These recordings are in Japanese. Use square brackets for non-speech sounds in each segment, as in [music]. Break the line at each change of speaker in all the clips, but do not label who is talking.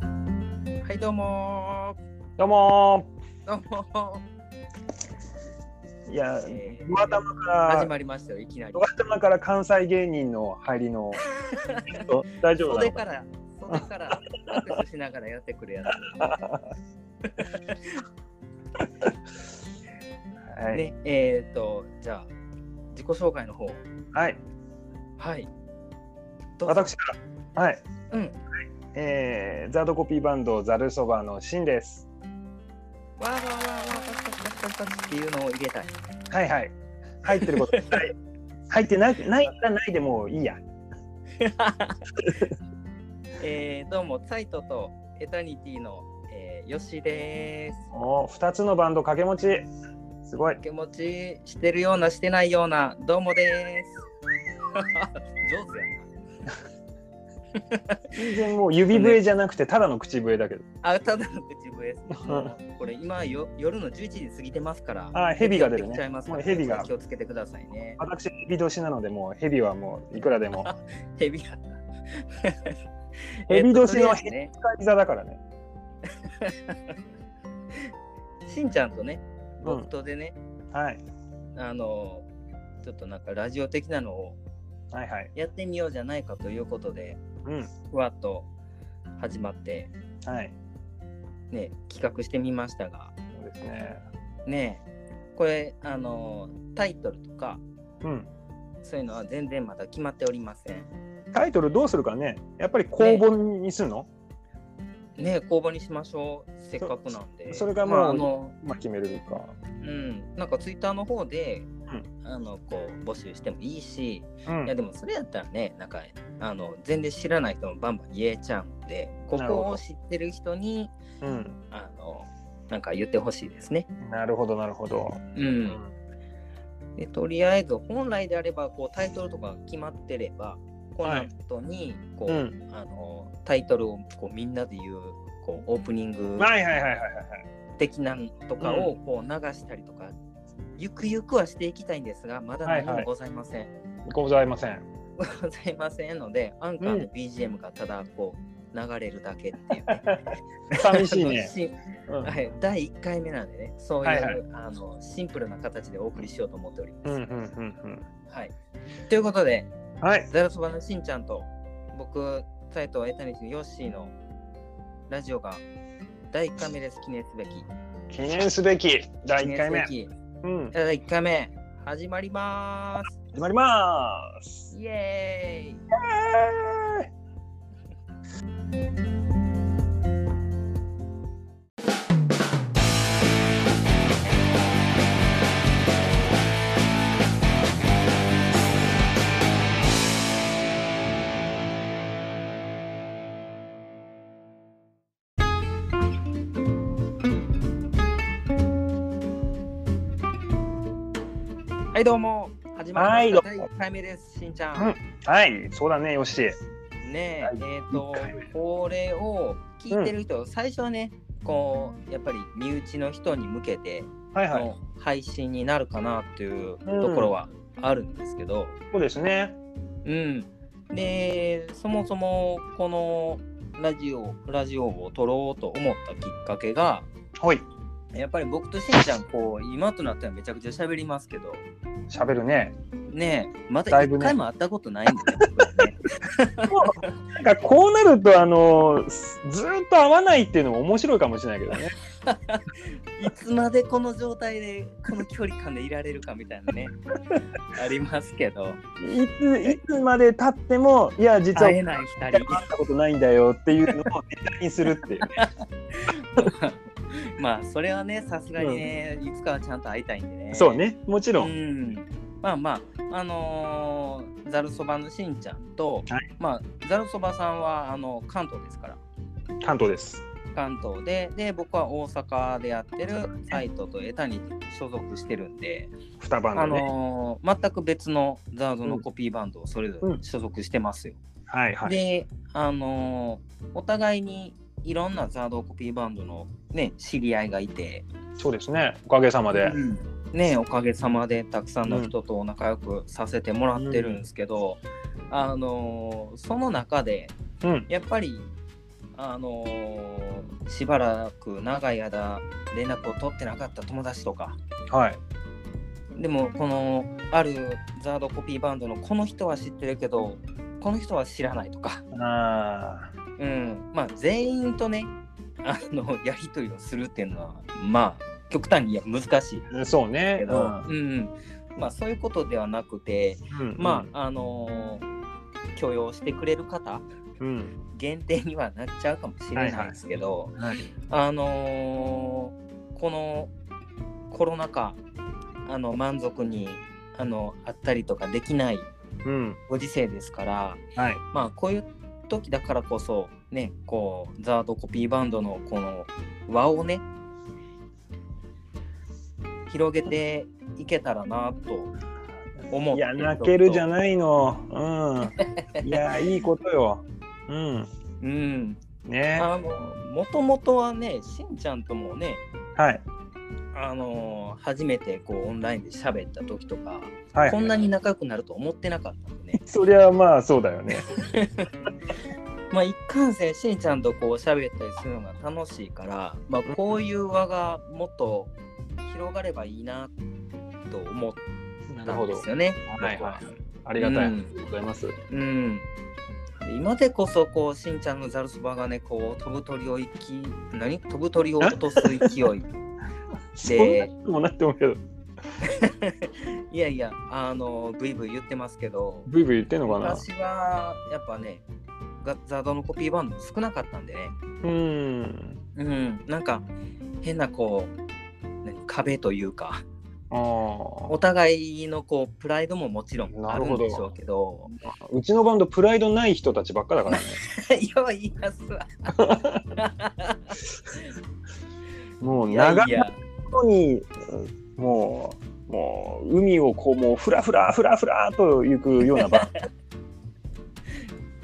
はい、どうも
どうも
ー。どうも
ーいや
えー
グアタマか
ー。始
ら
まりましたよ、いきなり
グ。アタマから関西芸人の入
[laughs]
りのちょっと大丈夫な
袖
の
か、
から
袖から、アクセスしながらやってくるやつ。
はい、
ね、えっと、じゃあ、自己紹介の方。
はい、
はい。どうぞ。
私からはい、
うん。
えー、ザードコピーバンドザルそばのシンです
わーわーわーわー、パチパチパチパチパチっていうのを入れたい。
はいはい入って
[laughs]
ることない入ってないないらないでもういいや
えー、どうも、サイトとエタニティの、えー、よしです。
もう2つのバンド掛け持ちすごい
掛け持ちしてるようなしてないようなどうも
[laughs]
です。上手や
全然もう指笛じゃなくてただの口笛だけど
な。あ、ただの
[laughs]
口笛ですね。これ今よ夜の11時過ぎてますから。
あ蛇が出るね
蛇寄ってきちゃいますから
もう蛇が
気をつけてくださいね。
私蛇年なのでもう蛇はもういくら
[laughs]
でも
蛇が。
蛇年の
[laughs] えっととりあえずね。
使い座だからね
しんちゃんとね、
うん
僕とでね、
はい
あの、ちょっとなんかラジオ的なのを
はいはい
やってみようじゃないかということで、
うん
ふわっと始まって、
はい
ね、企画してみましたが。
そうですね。
ねえこれあのタイトルとか
うん。
そういうのは全然まだ決まっておりません
タイトルどうするかね。やっぱり公募にするの？
ねえ公募にしましょうせっかくなんで
そそれがもう
まあ、あの
まあ決めるか。
うんなんかツイッターの方で、
う
あのこう募集してもいいし、
う
いやでもそれやったらねなんかあの全然知らない人もバンバン言えちゃうんでこ
なるほ
こを
ど
知ってる人に
うん。
あのなんか言ってほしいですね
なるほどなるほど。
う。
うん
でとりあえず本来であればこうタイトルとか決まってればこの後にこう、
うん
あのタイトルをこうみんなで言うこうオープニング
はいはいはいはいはい
的なんとかをこう流したりとか、ゆくゆくはしていきたいんですがまだ何
はいは
も
い
ございません、 [laughs]
はい。ございません。 [laughs]
ございませんのでアンカー
う
の BGM がただこう流れるだけっていう、ね。
寂しいね
[laughs] し
[laughs] うん
はい、第1回目なんでねそういう、
はいはい
あのシンプルな形でお送りしようと思っております。
うんうんうん
はい、ということで
うん。はい。
ザルそばのしんちゃんと僕、斉藤エタニシのヨッシーのラジオが第1回目です、記念すべき。
記念すべき第一回目。
記念すべき
うん。
第1回目、始まります。
始まります。
イエーイはい、どうも。始まりました。
はい
第
どうも
1回目です、しんちゃん。
うんはい。そうだねよし。
ねえ、えっ、と
一回目、
これを聞いてる人、最初はね、こう、やっぱり身内の人に向けて
はいはい。
の配信になるかなっていうところはあるんですけど、
そうですね。
うん。で、そもそもこのラジオ、ラジオを撮ろうと思ったきっかけが、
はい。
やっぱり僕としんちゃん、こう、今となってはめちゃくちゃ喋りますけど、
喋るね。
ねえ、また
だいぶ
一
ね
回も会ったことないんだよね僕ら
[laughs]
ね。
なんかこうなるとあのすずーっと合わないっていうのも面白いかもしれないけどね。
いつまでこの状態でこの距離感でいられるかみたいな
[laughs]
ねありますけど
いついつまで経ってもいや実は
会えない
一回
2
も会ったことないんだよっていうのをネタにするってい
[laughs]
うね。
人まあそれはねさすがにね、いつかはちゃんと会いたいんでね
そうね、もちろ。
うんんまあまああのーざるそばのしんちゃんと、
は
まあざるそばさんはあの関東ですから
関東です。
関東でで僕は大阪でやってるサイトとエタニティに所属してるんで、
二番
あ
でね。
のー全く別のザードのコピーバンドをそれぞれ所属してますよ。
はいはい。
で、あのーお互いにいろんなザードコピーバンドの、ね、知り合いがいて、
そうですね。おかげさまで。
うんね、おかげさまでたくさんの人と仲良くさせてもらってるんですけど、あのーその中で
うん。
やっぱり、ああのーしばらく長い間連絡を取ってなかった友達とか
はい。
でもこのあるザードコピーバンドのこの人は知ってるけどこの人は知らないとか、 [laughs]
あ
うん、まあ全員とねあの [laughs] やり取りをするっていうのはまあ極端にいや難しい
あ、そうね。
けど、うんうんまあ、そういうことではなくて、
うん
まああのー許容してくれる方
うん。
限定にはなっちゃうかもしれないですけど、
はい。
あのーこのコロナ禍あの満足にあのあったりとかできない
うん。
ご時世ですから
はい。
まあこういう時だからこそねこうザードコピーバンドのこの輪をね広げていけたらなと思って
いや、泣けるじゃないの。
[laughs]
うん。いや、いいことよ。うん。
うん
ね。
あのもともとはねしんちゃんともね
はい。
あの初めてこうオンラインで喋った時とか
はい。
こんなに仲良くなると思ってなかったんでね。
そりゃまあそうだ
[laughs]
よね。
まあ一貫性しんちゃんとこう喋ったりするのが楽しいから、まあ、こういう輪がもっと広がればいいなと思っ
な
たんですよね。
はい
僕は
はい。ありがたい。
うん
ありがとうございます。
うん、で今でこそこうしんちゃんのザルそばがねこう飛ぶ鳥を行き何飛ぶ鳥を落とす勢
[laughs]
い
そんなこともなってもけど、
いやいやあのブイブイ言ってますけど
ブイブイ言ってんのかな。
私はやっぱねがザードのコピーバンド少なかったんでね。
うん。
うん、なんか変なこう何壁というか
あ
お
あ。
互いのこうプライドももちろんあるんでしょうけど [laughs]
うちのバンドプライドない人たちばっかだからね。
いや言いますわ
[laughs] もう
いや
長
い
い
や
のに、うんもう、もう海をこう、もうふらふらふらふらと行くようなバンド。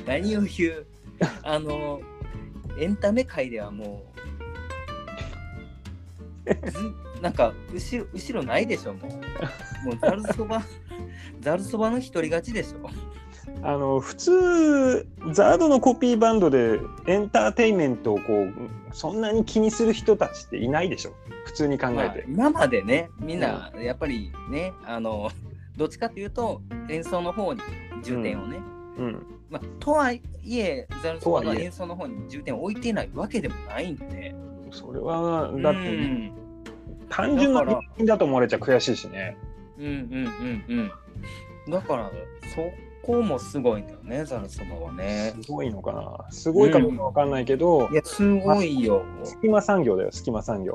何を言うあのエンタメ界ではもうずなんか後ろ後ろないでしょもうもうざるそばざるそばの一人勝ちでしょ
[laughs] あの普通ザードのコピーバンドでエンターテインメントをこうそんなに気にする人たちっていないでしょ普通に考
ま
え
あ
て、
今までねみんなやっぱりね、あの [laughs] どっちかというと演奏の方に重点をね、
うん
まあ、とはいえザルソバ
とは
が
いえ
演奏の方に重点を置いてないわけでもないんで
それはだって、
う
ね
ん
単純な
だから
人間だと思われちゃ悔しいしね
うんうんうんうんだからそこもすごいんだよねザルソバはね
すごいのかなすごいかどうかわかんないけど、
いやすごいよ
隙間産業だよ隙間
[laughs]
産業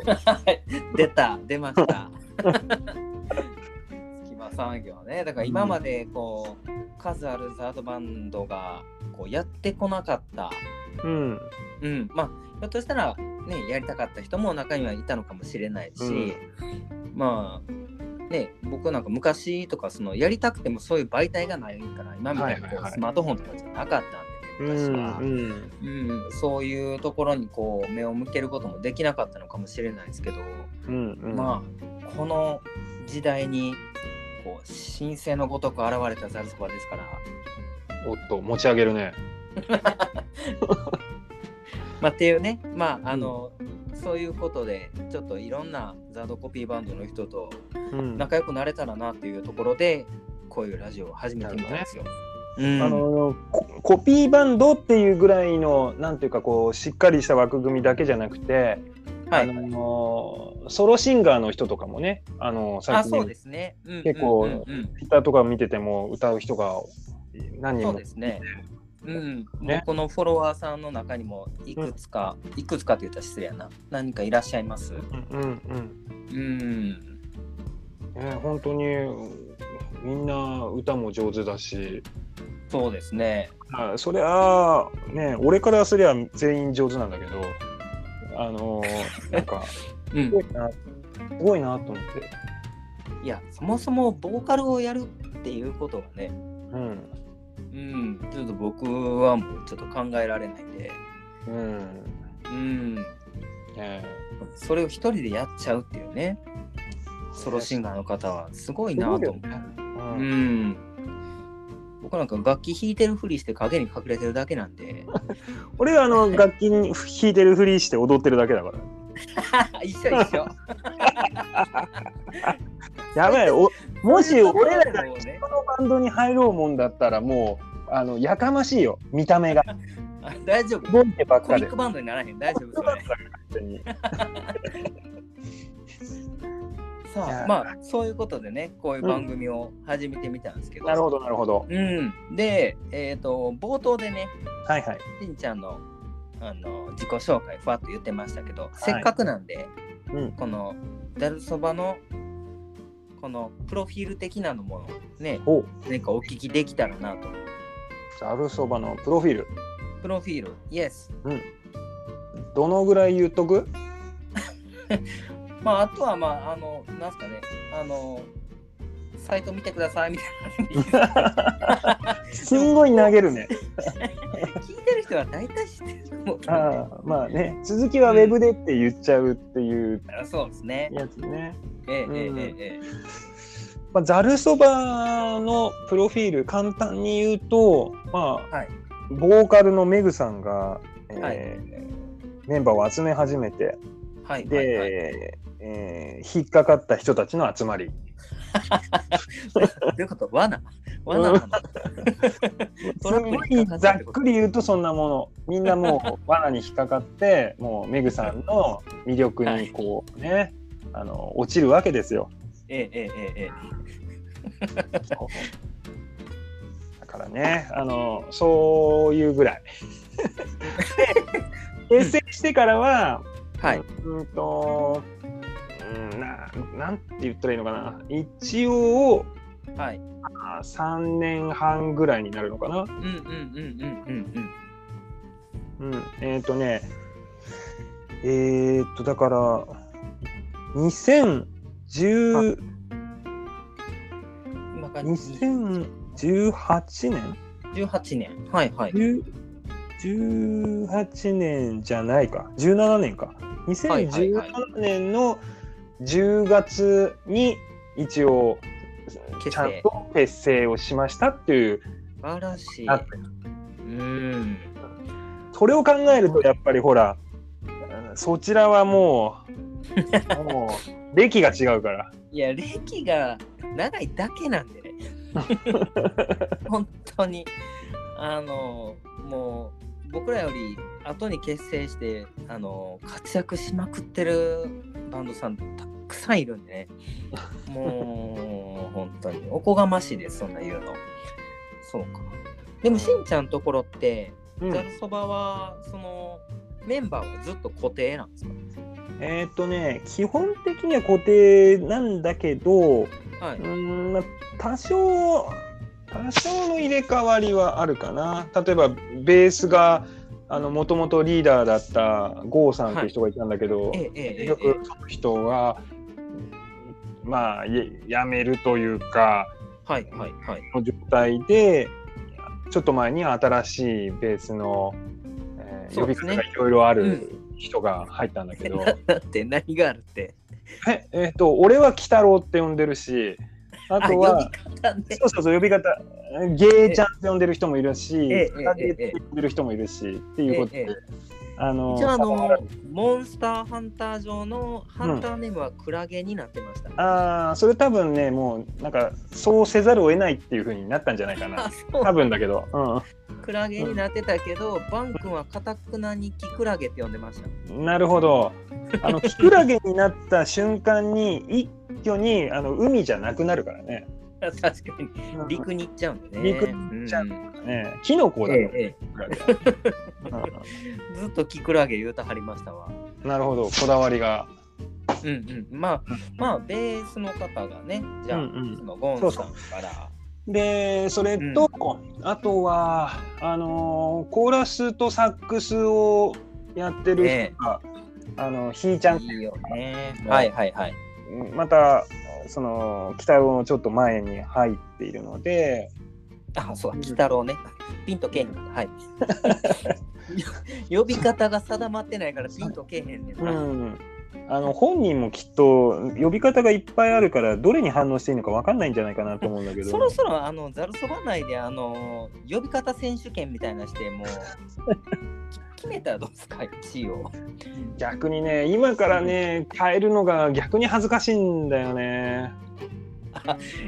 出た出ました [laughs] 隙間産業ねだから今までこう数あるザードバンドがこうやってこなかった
うん
うん、まあひょっとしたらねやりたかった人も中にはいたのかもしれないし、
うん
まあね僕なんか昔とかそのやりたくてもそういう媒体がないから今みたいに
はい
こ
はいは
う
い
スマートフォンとかじゃなかった
うん
で、ね、昔は、
ん
うんそういうところにこう目を向けることもできなかったのかもしれないですけど、
うんうん
まあこの時代にこう新星のごとく現れたザルそばですから。
おっと持ち上げるね
まあ、っていうね、まああのそういうことでちょっといろんなザードコピーバンドの人と
うん
仲良くなれたらなっていうところでこういうラジオを始めてみたんですよ。うん
あのココピーバンドっていうぐらいのなんていうかこうしっかりした枠組みだけじゃなくて、
はい
あのソロシンガーの人とかもねあの
あ
最
そう
近
ですね。うん
結構
うんうんうん
ツイッターとか見てても歌う人が何人
そう
も
ですね。うん、
ね
僕のフォロワーさんの中にもいくつか、いくつかって言ったら失礼やな何かいらっしゃいます
うんうん
うん
うんね本当にみんな歌も上手だし
そうですね
あそりゃあね俺からすりゃ全員上手なんだけどあの
[laughs]
なんかす
うん
ごいなすごいなと思って。
いやそもそもボーカルをやるっていうことがね
うん
うん、ちょっと僕はもうちょっと考えられないんで、
うん
うん、
ね
それを一人でやっちゃうっていうね、ソロシンガーの方はすごいなと思う。
う、
うんん、僕僕なんか楽器弾いてるふりして影に隠れてるだけなんで [laughs]
俺はあの楽器に弾いてるふりして踊ってるだけだから
一緒一緒
やばいお [laughs] もし俺らが
もうね
このバンドに入ろうもんだったらもうあのやかましいよ見た目が
あ大丈夫
ボンってばっ
コ
か
ミッ
で
クバンドにならへん大丈夫それ
勝手にい
さ
や
あまあそういうことでねこういう番組を始めてみたんですけど、
なるほどなるほど
うん、で、えー、と冒頭でね
はいはい
しんちゃんのあの自己紹介ふわっと言ってましたけど、せっかくなんで、
うん
このざるそばのこのプロフィール的なのもね
おう
何かお聞きできたらなと
ざるそばのプロフィール
プロフィールイエス
どのぐらい言っとく
まああとはまああのなんすかねあのサイト見てくださいみたいな
すんごい投げるね [laughs]
聞いてる人は大体知ってると思うけどね
ああまあね続きはウェブでって言っちゃうっていう
あそうですね
やつね
ええええ
うん
ええええ
まあざるそばのプロフィール簡単に言うとまあ、
はい
ボーカルのメグさんが、えー
はい
メンバーを集め始めて
はい
で、
はいはい
えー引っかかった人たちの集まり
どういうこと罠罠なの
す
トラッ
ご
プに引
い
っかか
ざ
っ
った
ってこと
くり言うとそんなものみんなも [laughs] う罠に引っかかってもうメグさんの魅力にこうね、あの落ちるわけですよ。
ええええええええ
だからね、あのそういうぐらい。 [laughs] で結成してからは、
はい。
うんと、うん、ななんて言ったらいいのかな、一応
はい。
あ3年半ぐらいになるのかな
う。んうんうんうんうん
うん、えっ、とね、えっ、と、だから、2010
うん。今から
2018年
2018年。はいはい。
10 18年じゃないか17年か
はいはいはい
2017年の10月に一応
結成
ちゃんと結成をしましたっていう
素晴らしい。
なって
うん。
それを考えるとやっぱりほらうんそちらはもう
[laughs]
もう歴が違うから
いや、歴が長いだけなんでね。
[laughs]
本当に。あの、もう、僕らより後に結成して、あの、活躍しまくってるバンドさん、たくさんいるんでね。もう、本当に。おこがましいです、そんな言うの。そうか。でも、しんちゃんのところって、
うん
ざるそばはそのメンバーはずっと固定なんですか
えーっとね基本的には固定なんだけ
はい
ど
う
ーんまあ多少多少の入れ替わりはあるかな例えばベースがもともとリーダーだった郷さんっていう人がいたんだけど、
ええええええ
結局その人がまあややめるというか
はいはいはい
の状態でちょっと前に新しいベースの、えー
そ
呼
うで
び
す
方
ね
がいろいろある人が入ったんだけ
[laughs]
ど。
だって何があるって
ええっと俺は鬼太郎って呼んでるしあ
あ
と
呼
は
び方ね
そうそうそう呼び方ゲイちゃんって呼んでる人もいるし
ええ
クラゲって呼んでる人もいるしっていうこと
え
で
え
あの
じゃああ
あ
のモンスターハンター上のハンターネームはクラゲになってました、
あーそれ多分ねもうなんかそうせざるを得ないっていう風になったんじゃないか
あ [laughs]
な
そ
多
う
分だけど、
クラゲになってたけど、バン君はかたくなにキクラゲって呼んでました
うん、なるほどあ
[laughs]
のキクラゲになった瞬間に一挙にあの海じゃなくなるからね、
あ確かに
うん
陸に行っちゃうんでね
陸に行っちゃう
うん
ねキノコだよ、
えええ
キクラゲう
えずっとキクラゲ言うたはりましたわ
んなるほどこだわりが。
うんうん、まあまあベースの方がねじゃあ、
うんうん
そのゴンさんから
でそれと、あとはあのーコーラスとサックスをやってる人が、あのひーちゃん
いいよね
うん
はいはいはい
またその北郎のちょっと前に入っているので
あそうだ
うん
鬼太郎ねピンとけえへんからはい [laughs] 呼び方が定まってないからピンとけえへんねん
う
な、
んあの本人もきっと呼び方がいっぱいあるからどれに反応していいのか分かんないんじゃないかなと思うんだけど
そろそろあのざるそば内であの呼び方選手権みたいなしてもう [laughs] 決めたらどうですか1位を
逆にね今からね変えるのが逆に恥ずかしいんだよね。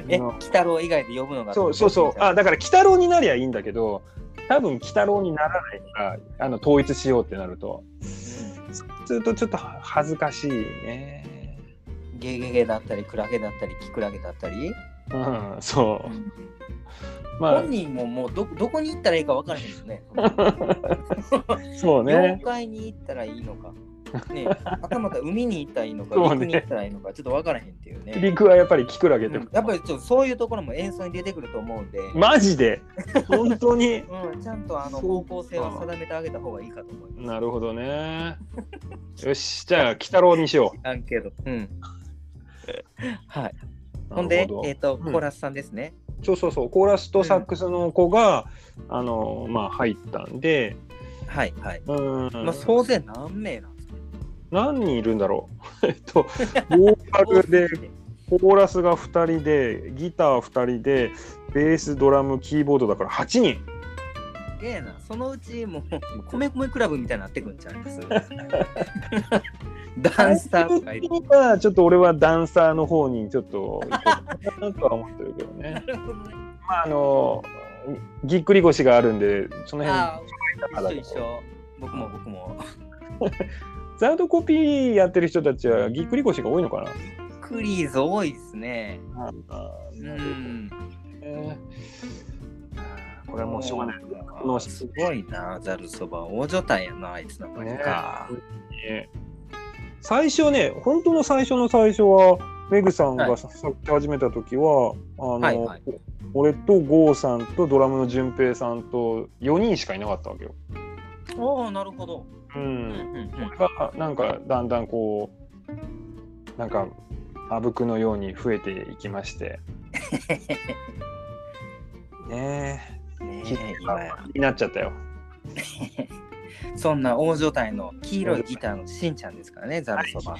え
あの
鬼太郎以外で呼ぶのが
そうそうそうあだから鬼太郎になりゃいいんだけど多分鬼太郎にならないからあの統一しようってなるとするとちょっと恥ずかしいね。
うんゲゲゲだったりクラゲだったりキクラゲだったり、
うん、そうま
本人ももうどどこに行ったらいいか分からへんですね
あそう
妖
ね
怪に行ったらいいのか、
[laughs]
ね、はたまた海に行ったらいいのか、
そう
陸
ね
に行ったらいいのか、ちょっと分からへんっていうね。
陸はやっぱりキクラゲって
う
こ
ん
と、
やっぱりちょっとそういうところも演奏に出てくると思うんで、
マ
[laughs]
ジで本当に
うん、ちゃんとあの
そ
方
うか
向性は定めてあげた方がいいかと思います。
なるほどね。よしじゃあ鬼太郎にしよう。
アンケート。
[laughs]
うん。はい。ほんで
なる、ど
えっ、と、
うん
コーラスさんですね。
そうそうそうコーラスとサックスの子が、あのまあ入ったんで、
はいはい。
うん
まあ、総勢何名なんですか
何人いるんだろう [laughs] えっとボーカルでコーラスが2人でギター2人でベースドラムキーボードだから8人
すげえな。そのうちもう、米米クラブみたいになってくんちゃいます
[laughs]
ダンサーとかい
最
る
終。的にはちょっと俺はダンサーの方にちょっと行こうかなとは思ってるけど
な [laughs]
ね
るほどね。
まああのぎっくり腰があるんでその辺
あ
あ
あ、一緒一緒。僕も僕も。
ザードコピーやってる人たちはぎっくり腰が多いのかな
クリーズ多いですね。
あー
う
なるほどね
ん。
これはもうしょうがない。この
すごいな、ざるそば。大所帯やな、あいつなんか
ね
か。
ね最初ね、本当の最初の最初は、メグさん
は
が
い
さ作き始めた時は、あの、
はいはい
俺とゴーさんとドラムの淳平さんと4人しかいなかったわけよ。
おお、なるほど。
う。
うんん
がなんかだんだんこうなんかあぶくのように増えていき
[laughs]
まして。
うんうん
ねえ、
ねえ、今や。
になっちゃったよ。
そんな大所帯の黄色いギターのしんちゃんですからね、ざるそばの。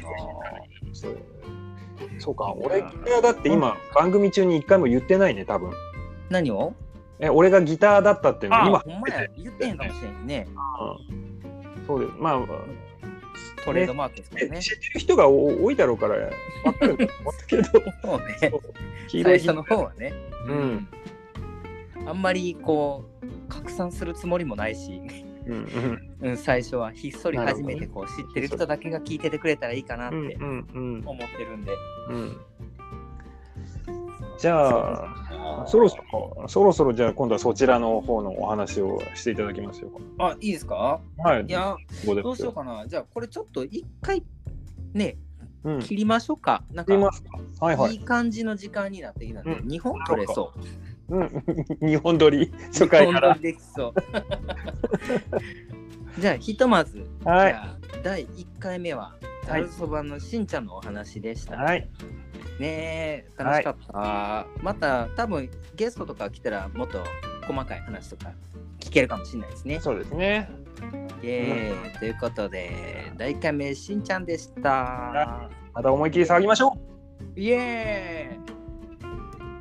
そうそうか、俺がだって今、番組中に一回も言ってないね、多分
何を
え、俺がギターだったっていうの、今
ほ、んまや、言ってへんかもしれんね。
うんそうです。まあ、
トレードマークですから [laughs]
ね
ね。
知ってる人がお多いだろう [laughs] から、わかるんですけど、
そうね。
黄色
最
い
初の方はね。
うん。
あんまりこう、拡散するつもりもないし。 [laughs]
うんうん
うん、最初はひっそり初めてこう知ってる人だけが聞いててくれたらいいかなっ
うん
て
うん
思ってるんで。
うんうんじゃあ、そろそろ、そろそろじゃあ今度はそちらの方のお話をしていただきますよ。
あ、いいですか
はい、
いや、
どう
どうしようかな。じゃあ、これちょっと一回ね、
うん、
切りましょうか。なんか、
りま
い
すかはいはい
い。感じの時間になってきたんで、
うん
2本取れそう。
うん、 [laughs] 日本撮り、初回
二本
か
[laughs]
ら。
取りできそう。 [laughs] じゃあ、ひとまず、
は
じ
い。
ゃあ、第1回目は、ざるそばのしんちゃんのお話でした。
はい。
ねえ楽しかった、また多分ゲストとか来たらもっと細かい話とか聞けるかもしれないですね。
そうですね。
イエーイということで第1回目しんちゃんでした。
また思いっきり騒ぎましょう。
イエーイ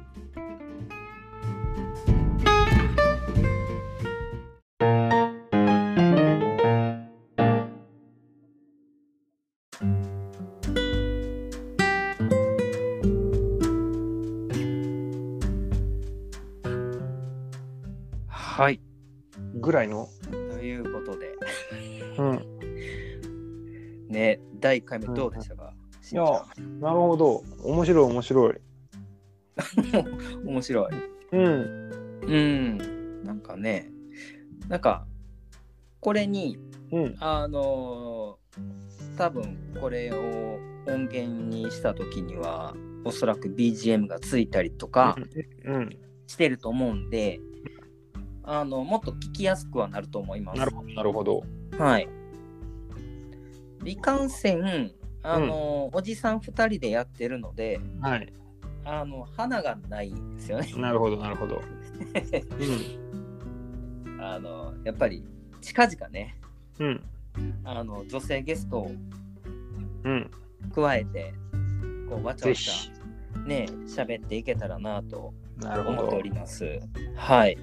はい。
ぐらいの。
ということで、
うん。
ね、第1回目どうでしたか、しん
い
ち
や
ゃん、
なるほど。面白い、面白い。
面白い。
うん。
うん。なんかね、なんか、これに、
うん。
あのー多分これを音源にした時には、おそらく BGM がついたりとか
うん。
してると思うんで、あの、もっと聞きやすくはなると思います。
なるほど。なるほど。
はい。いかんせん、あのーおじさん2人でやってるので、
はい。
あの、花がないんですよね。 [laughs]
なるほど、なる [laughs] ほど。うん。
あのやっぱり近々ね、
うん。
あの女性ゲストを
うん。
加えて、こう、わちゃ
ぜ
わち
ひ。
ゃ、ね、喋っていけたらなと
なるほ
思って
ど
お。ります。
[laughs]
はい。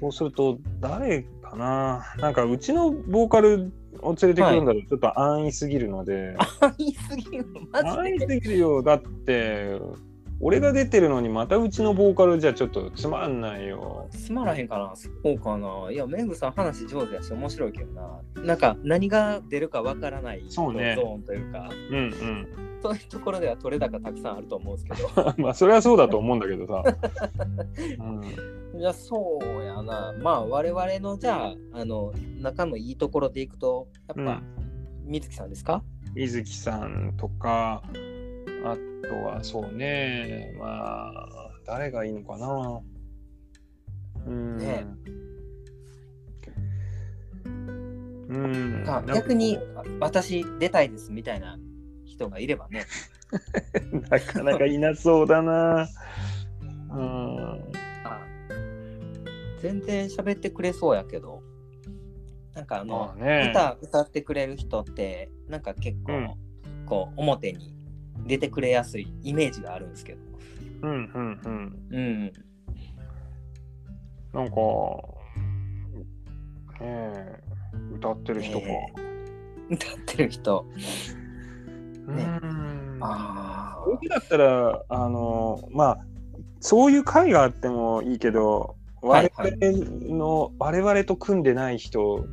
そうすると、誰かななんか、うちのボーカルを連れてくるんだと、ちょっと安易すぎるので。 [laughs]
安易すぎるの、マ
安易
ジ
す
で。
ぎるよ。だって、俺が出てるのに、またうちのボーカルじゃちょっとつまんないよ。
つまらへんかなそうかないや、メグさん話上手やし、面白いけどな。なんか、何が出るかわからない
そうね
ゾーンというか、
うんうん。
そういうところでは取れ高たくさんあると思うんですけど。
[laughs]
[laughs]
まあ、それはそうだと思うんだけどさ。 [laughs] うん
いや、そうやな。まあ、我々の、じゃあ、あの、仲のいいところでいくと、やっぱ、水木さんですか
水木さんとかあとはそうねまあ誰がいいのかなうん、
ね
うん
が
なんか
逆に、あ私、出たいですみたいな人がいれば
[laughs]
ね。
なかなかいなそうだなうん
あ全然喋ってくれそうやけど、なんかあの
ま、あね
歌歌ってくれる人ってなんか結構、こう表に出てくれやすいイメージがあるんですけど、
うんうんうん
うん、
なんかねえ歌ってる人か、
ね歌ってる人
うん
あ
そういう時だったら、あのまあ、そういう会があってもいいけど、
はい
我
はい
々の、我々と組んでない人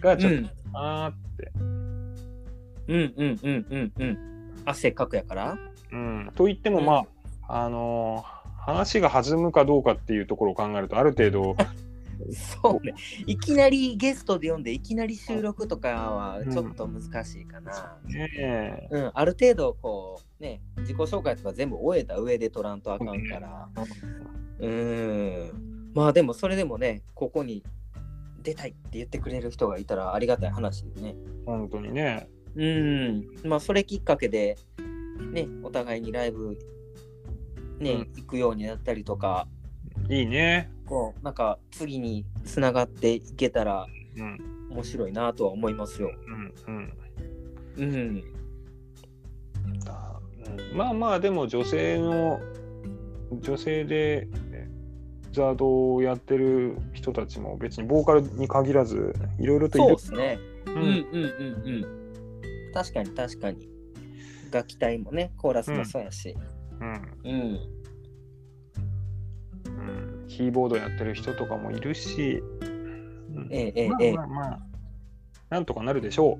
が
あ、う
ちょっと、
ん、
あ
うんうんうんうんうん汗かくやから
ーうん。と言っても、まあ、あの話が弾むかどうかっていうところを考えると、ある程度、
そうねいきなりゲストで呼んでいきなり収録とかはちょっと難しいかな、
[laughs] ね
うんある程度こうね自己紹介とか全部終えた上で取らんとあかんから、うーん。まあでもそれでもね、ここに出たいって言ってくれる人がいたらありがたい話でね。
本当にね。
うーん。まあそれきっかけで、ね、お互いにライブ、ね、
うん
行くようになったりとか、
いいね。
こう、なんか次につながっていけたら
うん。
面白いなとは思いますよ。
うん。うん。
うん。
だうんまあまあ、でも女性の、女性で、えザードをやってる人たちも別にボーカルに限らずいろいろとい
そう
る
ですね。
う
うんうんうんうん。確かに確かに。楽器隊もね、コーラスもそうやし。
うん
うん
うん、キーボードやってる人とかもいるし、うん
ええええ
まあ
ええ
まあまあなんとかなるでしょ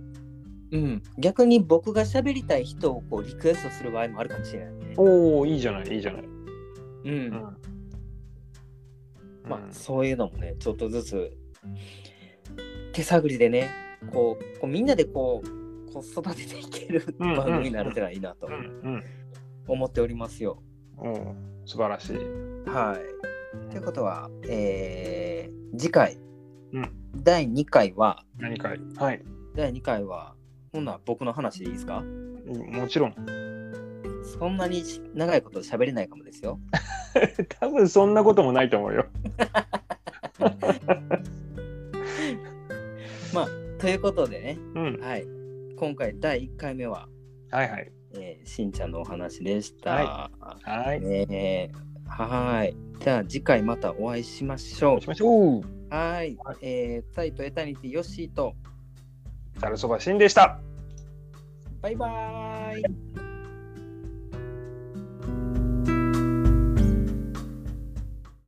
うん、逆に僕が喋りたい人をこうリクエストする場合もあるかもしれないね。
う。おおいいじゃないいいじゃない。う
うん
ん
まあ、そういうのもねちょっとずつ手探りでねこうこうみんなでこうこう育てていける
うんうん
番組になれたらいいなと
うん
思っておりますよ。
うん、おー素晴らしい。
はい、ということは、えー次回、
うん
第2回は
何かはい、
第2回はほんなら僕の話でいいですか
うんもちろん。
そんなにし長いこと喋れないかもですよ。
多分そんなこともないと思うよ。
ということでね
うん、
はい、今回第1回目は、
はいはい
えーしんちゃんのお話でした。
ははい。
えーはーい。じゃあ次回またお会いしましょ
しましょ
う。
う。
はい
はい。
えー、サイトエタニティヨッシーと、
ざるそばしんでした。
バイバーイ。